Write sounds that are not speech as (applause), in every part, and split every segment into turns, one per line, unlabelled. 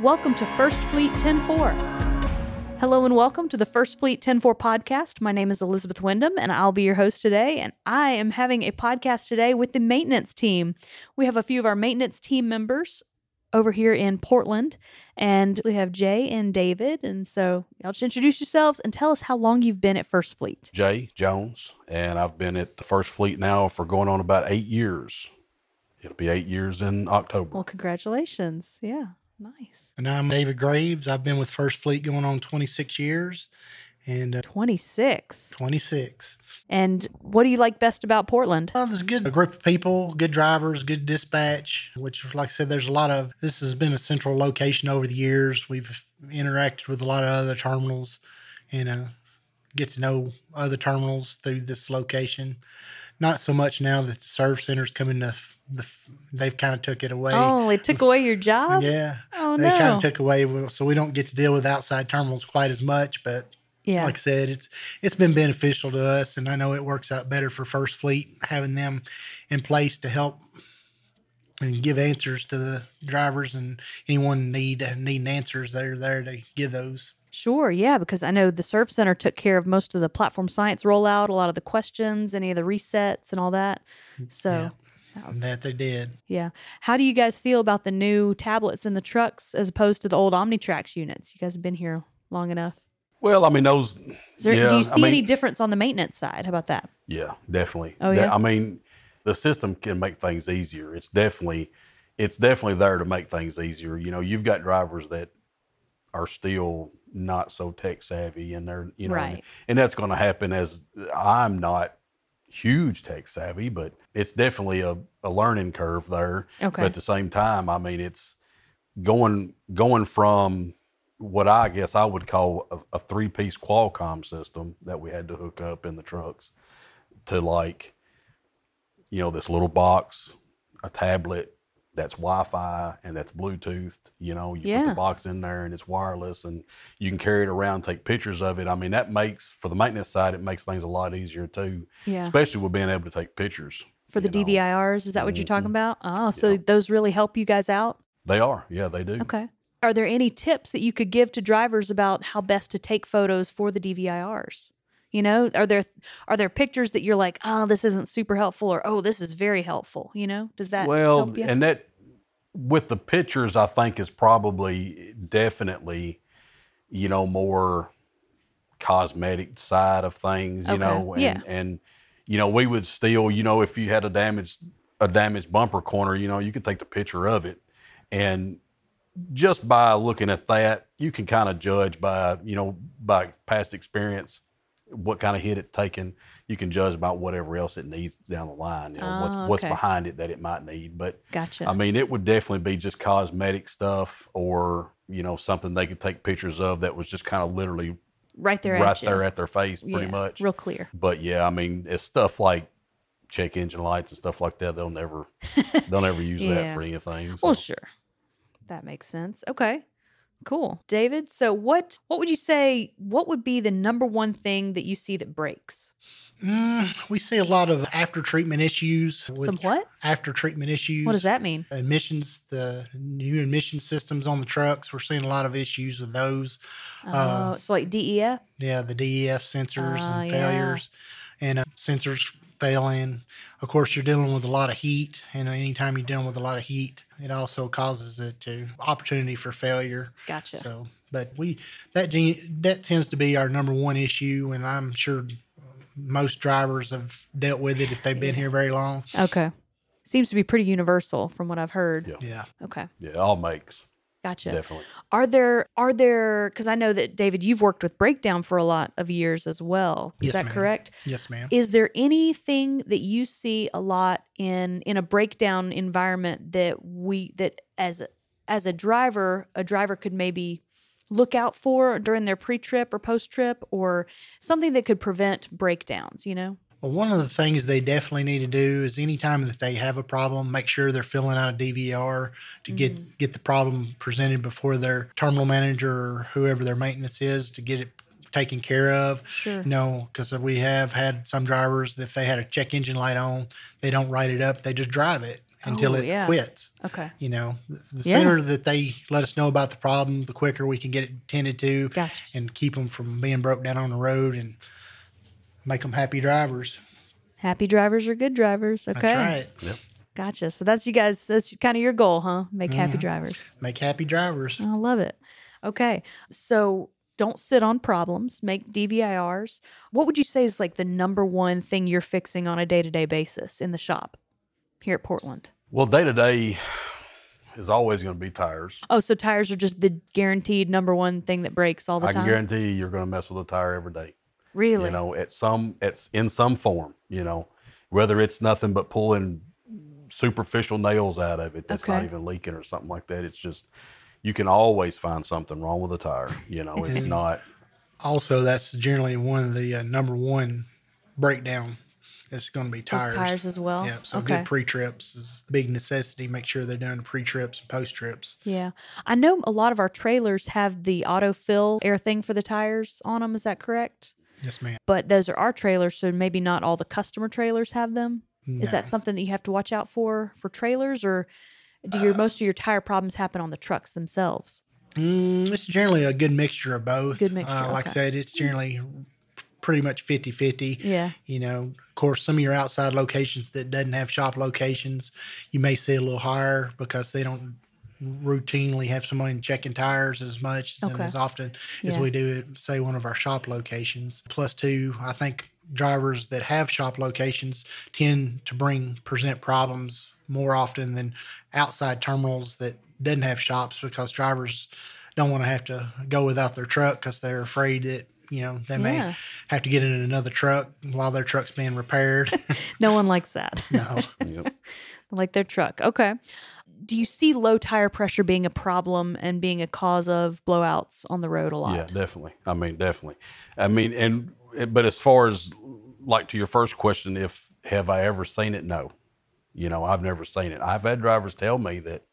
Welcome to First Fleet 104. Hello and welcome to the First Fleet 104 podcast. My name is Elizabeth Wyndham and I'll be your host today. And I am having a podcast today with the maintenance team. We have a few of our maintenance team members over here in Portland, and we have Jay and David. And so y'all just introduce yourselves and tell us how long you've been at First Fleet.
Jay Jones, and I've been at the First Fleet now for going on about eight years. It'll be eight years in October.
Well, congratulations. Yeah, nice.
And I'm David Graves. I've been with First Fleet going on 26 years and uh,
26.
26.
And what do you like best about Portland?
Uh, there's a good group of people, good drivers, good dispatch, which, like I said, there's a lot of this has been a central location over the years. We've interacted with a lot of other terminals and uh, get to know other terminals through this location. Not so much now that the serve center's coming to, f- the, f- they've kind of took it away.
Oh, it took away your job?
yeah.
Oh,
they kind
no.
of took away, so we don't get to deal with outside terminals quite as much, but
yeah.
like I said, it's it's been beneficial to us, and I know it works out better for First Fleet having them in place to help and give answers to the drivers and anyone need needing answers. They're there to give those.
Sure, yeah, because I know the Surf Center took care of most of the platform science rollout, a lot of the questions, any of the resets, and all that.
Mm,
So, that
And
was,
that they did.
yeah. How do you guys feel about the new tablets in the trucks as opposed to the old OmniTrax units? You guys have been here long enough.
Well, I mean those.
Is there,
yeah,
do you
I
see any
mean-
difference on the maintenance side? How about that?
Yeah, definitely.
Oh,
That-
yeah?
I mean, the system can make things easier. It's definitely, it's definitely there to make things easier. You know, you've got drivers that are still not so tech savvy, and they're you know, and,
Right.
and that's going to happen as I'm not huge tech savvy, but it's definitely a, a learning curve there.
Okay.
But at the same time, I mean, it's going going from what I guess I would call a, a three piece Qualcomm system that we had to hook up in the trucks to like, you know, this little box, a tablet that's Wi-Fi and that's Bluetoothed. You know, you put
Yeah.
the box in there and it's wireless, and you can carry it around, take pictures of it. I mean, that makes for the maintenance side, it makes things a lot easier too,
Yeah.
especially with being able to take pictures.
For the
you know. Mm,
DVIRs, is that what you're talking about? Oh, so those really help you guys out?
They are, yeah, they do.
Okay. Are there any tips that you could give to drivers about how best to take photos for the DVIRs? You know, are there are there pictures that you're like, oh, this isn't super helpful, or oh, this is very helpful? You know, does that
well
help you?
and that with the pictures i think is probably definitely you know more cosmetic side of things you
Okay,
know and,
yeah.
and you know we would still you know if you had a damaged a damaged bumper corner you know you could take the picture of it and just by looking at that you can kind of judge by you know by past experience what kind of hit it's taken you can judge about whatever else it needs down the line you know what's
Oh,
what's
okay.
behind it that it might need but
gotcha.
I mean, it would definitely be just cosmetic stuff or, you know, something they could take pictures of that was just kind of literally
right there,
right
at you.
there at their face, pretty
Yeah,
much.
real clear.
But yeah, I mean, it's stuff like check engine lights and stuff like that.
(laughs)
They'll never, they'll never use
Yeah.
that for anything.
Well,
so.
sure, that makes sense. Okay, cool, David. So what what would you say? What would be the number one thing that you see that breaks?
Mm, we see a lot of after treatment issues. with-
Some what?
After treatment issues.
What does that mean?
Emissions, the new emission systems on the trucks. We're seeing a lot of issues with those.
uh,
Oh, so like DEF.
Yeah, the DEF sensors
Oh,
and
yeah.
failures and uh, sensors failing. Of course, you're dealing with a lot of heat, and anytime you're dealing with a lot of heat, it also causes it to opportunity for failure.
Gotcha.
So, but we that gen- that tends to be our number one issue, and I'm sure most drivers have dealt with it if they've been here very long.
Okay. Seems to be pretty universal from what I've heard.
Yeah.
Yeah.
Okay.
yeah, all makes
Gotcha.
definitely.
Are there are there cuz I know that David you've worked with Breakdown for a lot of years as well. Is
Yes,
that
ma'am.
correct?
Yes, ma'am.
Is there anything that you see a lot in in a breakdown environment that we that as as a driver a driver could maybe look out for during their pre-trip or post-trip or something that could prevent breakdowns, you know?
Well, one of the things they definitely need to do is anytime that they have a problem, make sure they're filling out a DVR to
Mm.
get get the problem presented before their terminal manager or whoever their maintenance is to get it taken care of.
Sure.
No, because we have had some drivers that if they had a check engine light on, they don't write it up, they just drive it. until
Oh,
it
yeah.
quits.
Okay.
You know, the, the
Yeah.
sooner that they let us know about the problem, the quicker we can get it tended to
Gotcha.
and keep them from being broke down on the road and make them happy drivers.
Happy drivers are good drivers. Okay.
That's right.
Gotcha. So that's you guys, that's kind of your goal, huh?
Oh,
Make happy drivers.
Make happy drivers.
I love it. Okay. So don't sit on problems, make DVIRs. What would you say is like the number one thing you're fixing on a day to day basis in the shop here at Portland?
Well, day to day is always going to be tires.
Oh, so tires are just the guaranteed number one thing that breaks all the
I can
time.
guarantee you, you're going to mess with a tire every day.
really?
You know, at some, it's in some form. You know, whether it's nothing but pulling superficial nails out of it that's not
Okay.
even leaking or something like that. It's just you can always find something wrong with a tire. You know, it's not.
Also, that's generally one of the uh, number one breakdown. It's going to be
Those
tires.
tires as well.
Yep. So
okay.
good pre trips is a big necessity. Make sure they're done pre trips and post trips.
yeah. I know a lot of our trailers have the autofill air thing for the tires on them. Is that correct?
Yes, ma'am.
But those are our trailers. So maybe not all the customer trailers have them. Is that
No.
something that you have to watch out for for trailers or do
Uh,
your most of your tire problems happen on the trucks themselves?
Mm, it's generally a good mixture of both.
Good mixture,
Uh, like
okay.
I said, it's generally pretty much 50 50.
Yeah.
You know, of course, some of your outside locations that doesn't have shop locations, you may see a little higher because they don't routinely have someone checking tires as much and
Okay.
as often as
Yeah.
we do at, say, one of our shop locations. Plus, two, I think drivers that have shop locations tend to bring present problems more often than outside terminals that doesn't have shops because drivers don't want to have to go without their truck because they're afraid that you know they
Yeah.
may have to get in another truck while their truck's being repaired.
No one likes that. (laughs)
no.
Yep.
like their truck. Okay. Do you see low tire pressure being a problem and being a cause of blowouts on the road a lot?
Yeah, definitely. I mean, definitely. I mean, and but as far as like to your first question, if have I ever seen it? No. You know, I've never seen it. I've had drivers tell me that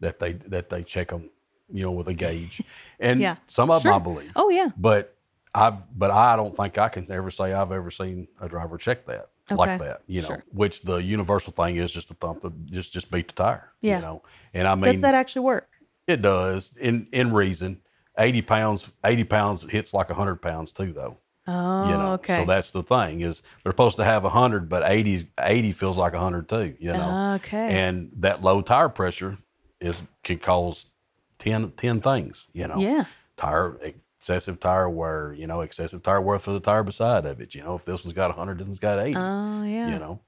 that they that they check them, you know, with
(laughs)
a gauge, and
Yeah.
some of them I
Sure.
believe.
Oh, yeah.
But I've but I don't think I can ever say I've ever seen a driver check that like
Okay.
that. You know,
Sure.
which the universal thing is just to thump, the, just just beat the tire.
Yeah.
You know, and I mean
Does that actually work?
it does in in reason. Eighty pounds, eighty pounds hits like hundred pounds too, though.
Oh,
you know,
okay.
so that's the thing is they're supposed to have hundred, but 80, 80 feels like hundred too. You know,
Okay.
And that low tire pressure is can cause 10, 10 things. You know,
Yeah.
tire excessive tire wear. You know, excessive tire wear for the tire beside of it. You know, if this one's got hundred, this one's got eighty.
oh, yeah.
You know,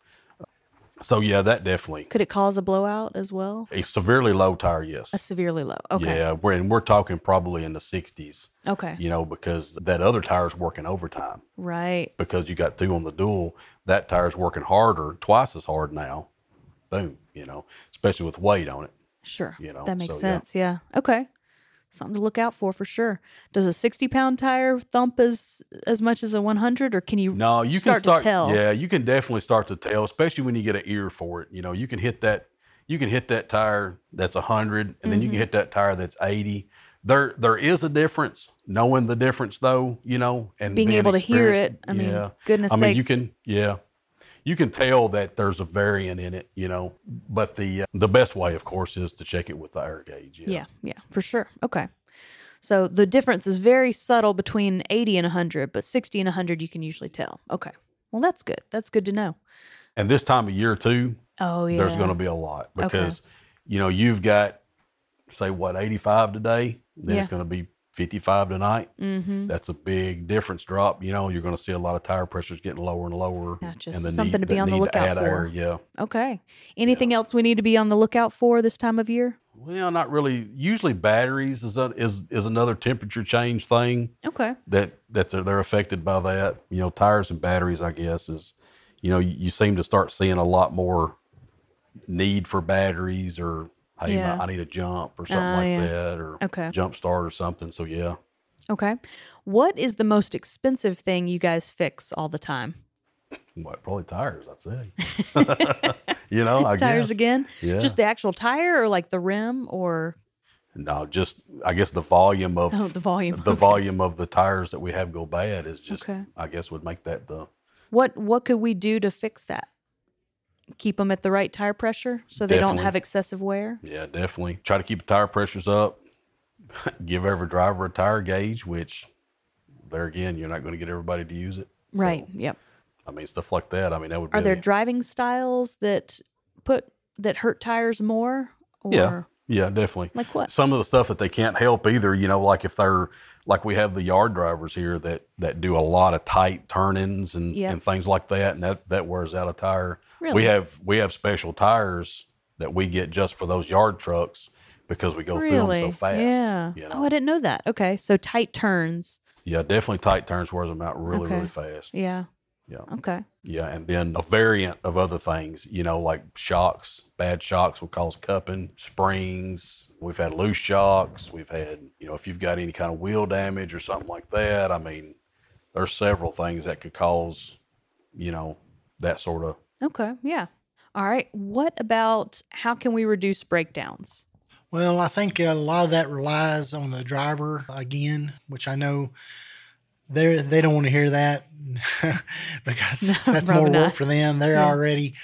so yeah, that definitely
Could it cause a blowout as well?
a severely low tire. Yes.
A severely low. Okay.
Yeah, we're and we're talking probably in the sixties,
Okay.
you know, because that other tire's working overtime
Right.
because you got two on the dual. That tire's working harder, twice as hard now. Boom, you know, especially with weight on it.
Sure.
you know,
that makes
so, yeah.
sense. Yeah. Okay. Something to look out for for sure. Does a sixty-pound tire thump as as much as a one hundred, or can you?
No, you
start
can start.
to tell.
Yeah, you can definitely start to tell, especially when you get an ear for it. You know, you can hit that. You can hit that tire that's hundred, and then you
Mm-hmm.
can hit that tire that's eighty. There, there is a difference. Knowing the difference, though, you know, and
Being able to hear
experienced,
it. I mean, goodness
I mean, you
sakes.
can. Yeah, you can tell that there's a variant in it. You know, but the uh, the best way, of course, is to check it with the air gauge.
Yeah. Yeah. For sure. Okay. So the difference is very subtle between eighty and hundred, but sixty and hundred you can usually tell. Okay. Well, that's good. That's good to know.
And this time of year too,
Oh yeah.
there's going to be a lot because you know you've got say what 85 today then it's
Yeah.
going to be 55 tonight mm-hmm. that's a big difference drop you know you're going to see a lot of tire pressures getting lower and lower
Gotcha.
and
Something to be
that
on the
need
lookout
add
for.
air, yeah
Okay. Anything else we need to be on the lookout for this time of year?
well not really usually batteries is a, is is another temperature change thing
Okay.
that that's they're affected by that you know tires and batteries i guess is you know you, you seem to start seeing a lot more need for batteries or hey
Yeah.
I, need a jump or something
Ah,
like
yeah.
that or
Okay.
jump start or something so yeah
Okay. What is the most expensive thing you guys fix all the time?
what, probably tires
(laughs)
i'd say you know i
tires
guess
again?
Yeah.
Just the actual tire or like the rim
(laughs)
or
no just i guess the volume of
oh, the volume. (laughs)
the volume of the tires that we have go bad is just
Okay.
i guess would make that the
What what could we do to fix that? keep them at the right tire pressure so they don't
Definitely.
have excessive wear.
Yeah, definitely. Try to keep the tire pressures up. (laughs) Give every driver a tire gauge, which there again, you're not going to get everybody to use it. So,
Right. Yep.
I mean, stuff like that. I mean, that would be
Are there
the-
driving styles that put that hurt tires more? Or
yeah, yeah, definitely.
Like what?
Some of the stuff that they can't help either. You know, like if they're like we have the yard drivers here that that do a lot of tight turn-ins and,
Yeah.
and things like that, and that that wears out a tire.
Really?
We have we have special tires that we get just for those yard trucks because we go through them
Really?
so fast.
Yeah.
you
Oh, I
know?
didn't know that. Okay. So tight turns.
yeah, definitely tight turns wears them out really
Okay.
really fast.
Yeah.
Yeah.
Okay.
Yeah, and then a variant of other things, you know, like shocks. Bad shocks will cause cupping, springs. We've had loose shocks. We've had, you know, if you've got any kind of wheel damage or something like that. I mean, there's several things that could cause, you know, that sort of.
Okay. Yeah. All right. What about how can we reduce breakdowns?
Well, I think a lot of that relies on the driver again, which I know they they don't want to hear that (laughs) because that's more
probably
work
not.
for them. They're
Yeah.
already,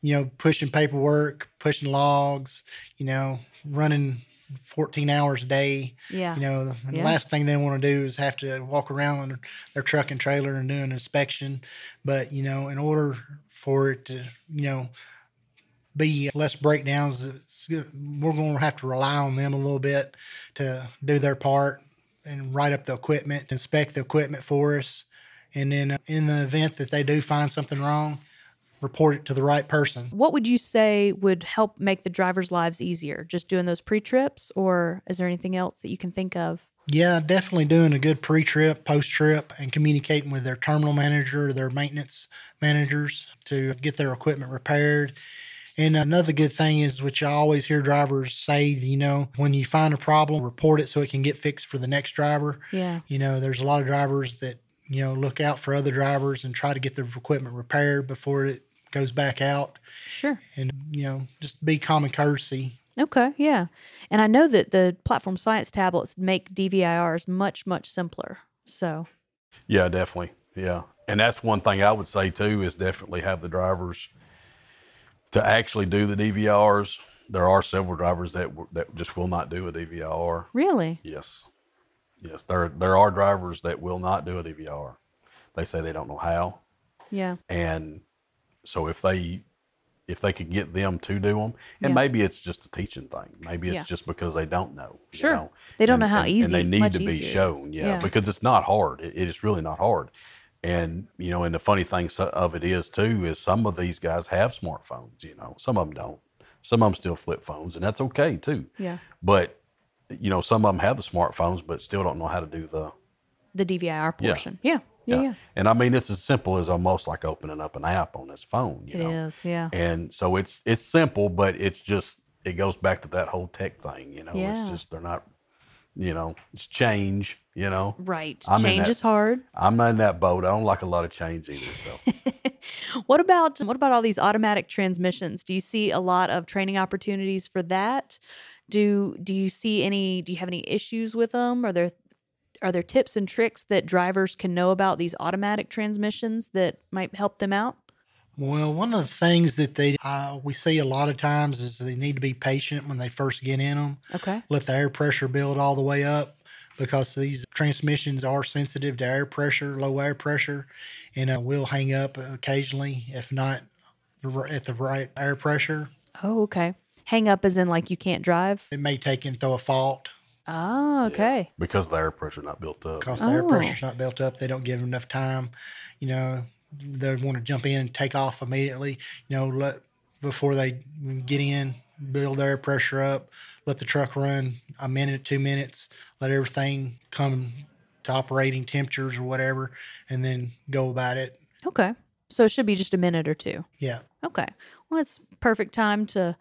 you know, pushing paperwork, pushing logs, you know, running 14 hours a day.
Yeah.
You know, the
Yeah.
last thing they want to do is have to walk around their, their truck and trailer and do an inspection. But, you know, in order for it to, you know, be less breakdowns, it's, we're going to have to rely on them a little bit to do their part and write up the equipment, inspect the equipment for us. And then uh, in the event that they do find something wrong, report it to the right person.
What would you say would help make the drivers' lives easier? Just doing those pre trips, or is there anything else that you can think of?
Yeah, definitely doing a good pre trip, post trip, and communicating with their terminal manager, their maintenance managers to get their equipment repaired. And another good thing is, which I always hear drivers say, you know, when you find a problem, report it so it can get fixed for the next driver.
Yeah.
You know, there's a lot of drivers that, you know, look out for other drivers and try to get their equipment repaired before it goes back out.
Sure.
And, you know, just be common courtesy.
Okay. Yeah. And I know that the platform science tablets make DVIRs much, much simpler. So,
Yeah, definitely. Yeah. And that's one thing I would say too is definitely have the drivers to actually do the DVRs. There are several drivers that w- that just will not do a DVR.
really?
Yes. Yes. There there are drivers that will not do a DVR. They say they don't know how.
Yeah.
And so if they if they could get them to do them,
Yeah.
and maybe it's just a teaching thing. Maybe it's
Yeah.
just because they don't know. you
Sure.
know?
They don't know
And-
how
and-
easy-
And they need
much
to be
easier it is.
shown. Yeah,
Yeah.
Because it's not hard. It, it is really not hard. And you know, and the funny thing so- of it is too is some of these guys have smartphones. You know, some of them don't. Some of them still flip phones, and that's okay too.
Yeah.
But you know, some of them have the smartphones, but still don't know how to do the
The DVIR
Yeah.
portion. Yeah. Yeah. Yeah.
And I mean, it's as simple as almost like opening up an app on his phone.
It
You
is.
know?
Yeah.
And so it's it's simple, but it's just it goes back to that whole tech thing. You know,
Yeah.
it's just they're not. You know, it's change. You know,
Right.
I'm in
Change
that-
is hard.
I'm not in that boat. I don't like a lot of change either.
(laughs)
So
What about what about all these automatic transmissions? Do you see a lot of training opportunities for that? Do do you see any do you have any issues with them? Are there are there tips and tricks that drivers can know about these automatic transmissions that might help them out?
Well, one of the things that they uh, we see a lot of times is they need to be patient when they first get in them.
Okay.
Let the air pressure build all the way up because these transmissions are sensitive to air pressure, low air pressure, and uh, will hang up occasionally if not the r- at the right air pressure.
Oh, okay. Hang up as in like you can't drive.
It may take and throw a fault
Oh, okay.
because the air pressure not built up.
because the air
Oh.
pressure's not built up. They don't give them enough time. You know, they want to jump in and take off immediately. You know, let before they get in, build their air pressure up. Let the truck run a minute, two minutes. Let everything come to operating temperatures or whatever, and then go about it.
Okay. So it should be just a minute or two.
Yeah.
Okay. Well, it's perfect time to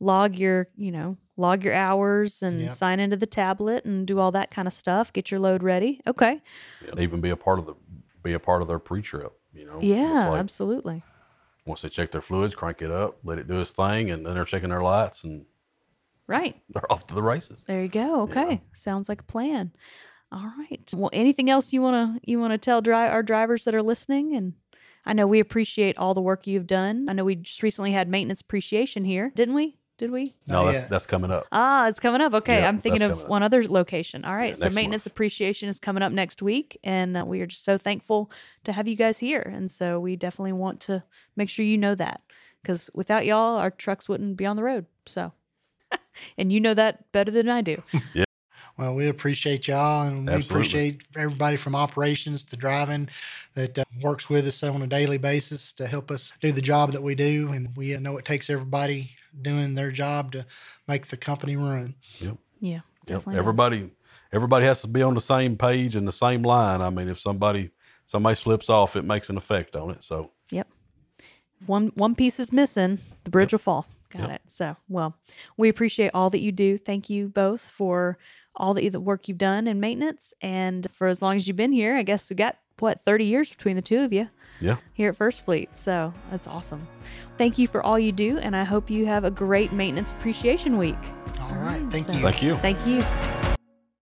log your, you know, log your hours and
Yep.
sign into the tablet and do all that kind of stuff. Get your load ready. Okay.
Yeah. Even be a part of the be a part of their pre-trip. You know, It's
Yeah,
like
absolutely.
once they check their fluids, crank it up, let it do its thing, and then they're checking their lights, and (laughs)
Right.
they're off to the races.
There you go. Okay. Sounds like a plan. All right. Well, anything else you want to you want to tell dri- our drivers that are listening and I know we appreciate all the work you've done. I know we just recently had maintenance appreciation here, didn't we? Did we?
No,
Not
that's
yet.
that's coming up.
Ah, it's coming up. Okay,
Yeah,
I'm thinking
that's
of
coming up.
one other location. All right,
Yeah,
so
next
maintenance
month.
appreciation is coming up next week, and uh, we are just so thankful to have you guys here. And so we definitely want to make sure you know that because without y'all, our trucks wouldn't be on the road. So, (laughs) and you know that better than I do.
Well, we appreciate y'all, and we
Absolutely.
appreciate everybody from operations to driving that uh, works with us on a daily basis to help us do the job that we do. And we uh, know it takes everybody doing their job to make the company run.
Yep.
Yeah,
Yep.
definitely. does.
Everybody, everybody has to be on the same page and the same line. I mean, if somebody somebody slips off, it makes an effect on it. So
Yep. If one one piece is missing, the bridge will fall. Got it. So, well, we appreciate all that you do. Thank you both for all the the work you've done in maintenance and for as long as you've been here. I guess we got what 30 years between the two of you
yeah,
here at First Fleet. So, that's awesome. Thank you for all you do and I hope you have a great maintenance appreciation week.
All right. Thank
so-
you.
thank you.
Thank you.